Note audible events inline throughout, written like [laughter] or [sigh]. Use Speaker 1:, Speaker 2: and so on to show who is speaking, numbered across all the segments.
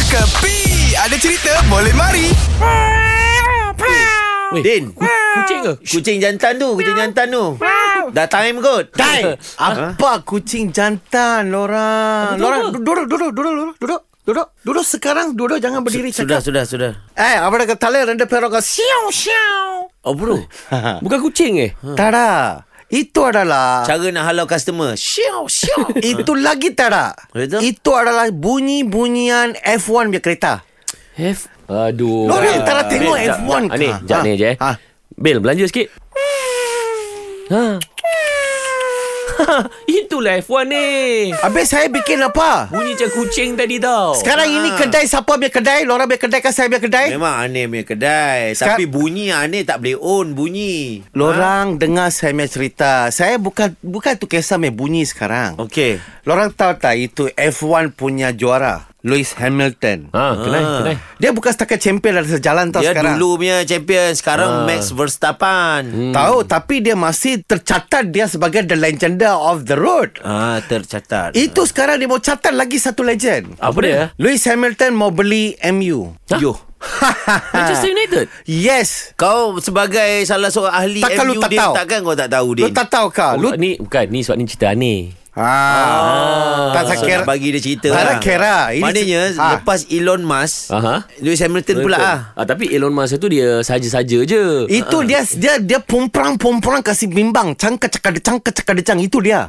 Speaker 1: Kepi Ada cerita boleh mari
Speaker 2: Eh,
Speaker 3: Weh,
Speaker 4: Din.
Speaker 3: ku- Kucing ke?
Speaker 4: Kucing jantan tu Kucing jantan tu Dah time kot Ah, ha?
Speaker 2: Hai, apa kucing
Speaker 3: Ah,
Speaker 2: jantan lorang? Lorang duduk duduk duduk duduk duduk duduk duduk sekarang duduk jangan berdiri
Speaker 4: Sudah sudah
Speaker 2: cakap.
Speaker 4: sudah
Speaker 2: Eh, apa dah tali rendah perok siau siau.
Speaker 4: Oh bro
Speaker 3: Bukan kucing eh?
Speaker 2: Tada. Itu adalah
Speaker 4: Cara nak halau customer
Speaker 2: Eh.
Speaker 4: Siau
Speaker 2: [laughs]
Speaker 4: siau
Speaker 2: itu lagi tada.
Speaker 4: Betul.
Speaker 2: Itu adalah bunyi-bunyian F1 punya kereta.
Speaker 3: F Aduh
Speaker 2: Lorang
Speaker 3: Ah.
Speaker 2: tak tengok
Speaker 3: Bil, jap,
Speaker 2: F1
Speaker 3: jap. Ah, Ni,
Speaker 2: kah?
Speaker 3: jap
Speaker 2: Ha,
Speaker 3: ni je eh
Speaker 2: ha.
Speaker 3: Bil, belanja sikit Ha. Ah. [laughs] Itulah F1 ni
Speaker 2: Habis saya bikin apa?
Speaker 3: Bunyi macam kucing tadi tau
Speaker 2: Sekarang ini kedai siapa punya kedai? Lorang punya kedai ke saya punya kedai?
Speaker 4: Memang aneh punya kedai
Speaker 2: Sekar-
Speaker 4: Tapi bunyi aneh tak boleh on bunyi Ha?
Speaker 2: Lorang dengar saya punya cerita. Saya bukan bukan tu kisah punya bunyi sekarang.
Speaker 4: Okey
Speaker 2: Lorang tahu tak itu F1 punya juara Lewis Hamilton.
Speaker 3: Ha, kenai, kenai
Speaker 2: Dia bukan setakat champion ada sejalan tau
Speaker 4: Dia
Speaker 2: sekarang. Ah.
Speaker 4: dulu punya champion Sekarang Max Verstappen
Speaker 2: Hmm. Tahu tapi dia masih tercatat dia sebagai the legenda of the road.
Speaker 4: Ah tercatat
Speaker 2: Itu sekarang dia mau catat lagi satu legend.
Speaker 3: Apa dia?
Speaker 2: Lewis Hamilton mau beli MU.
Speaker 3: Ha?
Speaker 4: Yo
Speaker 3: Manchester
Speaker 2: [laughs]
Speaker 3: United
Speaker 2: Yes.
Speaker 4: Kau sebagai salah seorang ahli
Speaker 2: Takkan
Speaker 4: MU
Speaker 2: lu tak
Speaker 4: Din,
Speaker 2: tahu?
Speaker 4: Takkan kau tak tahu
Speaker 2: Lu
Speaker 4: Din
Speaker 2: tak tahu kah? Lu
Speaker 3: Lu... Ah, Ni bukan, ni sebab ni cerita aneh
Speaker 2: ha. Tak
Speaker 4: Ah, So,
Speaker 2: sakit.
Speaker 4: nak bagi dia cerita lah.
Speaker 2: Tak nak kira. Ini-
Speaker 4: Maknanya
Speaker 2: Ah.
Speaker 4: Lepas Elon Musk
Speaker 3: Aha.
Speaker 4: Lewis Hamilton pula ah.
Speaker 3: ah, Tapi Elon Musk tu dia saja-saja je
Speaker 2: Itu dia dia dia pomprang-pomprang kasih bimbang, cangka cakade cangka cakade cang itu dia.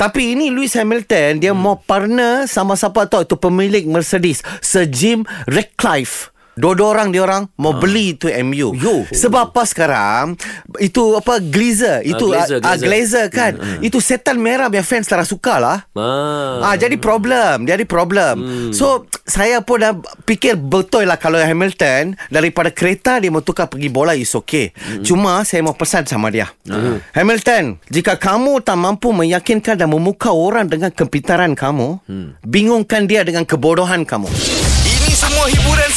Speaker 2: Tapi ini Lewis Hamilton dia mau partner sama siapa tahu itu pemilik Mercedes, Sir Jim Ratcliffe. Dua-dua orang dia orang mau beli tu MU.
Speaker 4: Yo.
Speaker 2: Sebab apa sekarang itu apa Glazer itu ah,
Speaker 3: Glazer,
Speaker 2: ah,
Speaker 3: Glazer.
Speaker 2: Glazer kan. Itu setan merah punya fans tak suka lah.
Speaker 3: Ah.
Speaker 2: Ah, jadi problem, jadi problem. So saya pun dah fikir betul lah kalau Hamilton daripada kereta dia mau tukar pergi bola is okay. Cuma saya mau pesan sama dia. Hamilton, jika kamu tak mampu meyakinkan dan memukau orang dengan kepintaran kamu, bingungkan dia dengan kebodohan kamu.
Speaker 1: Ini semua hiburan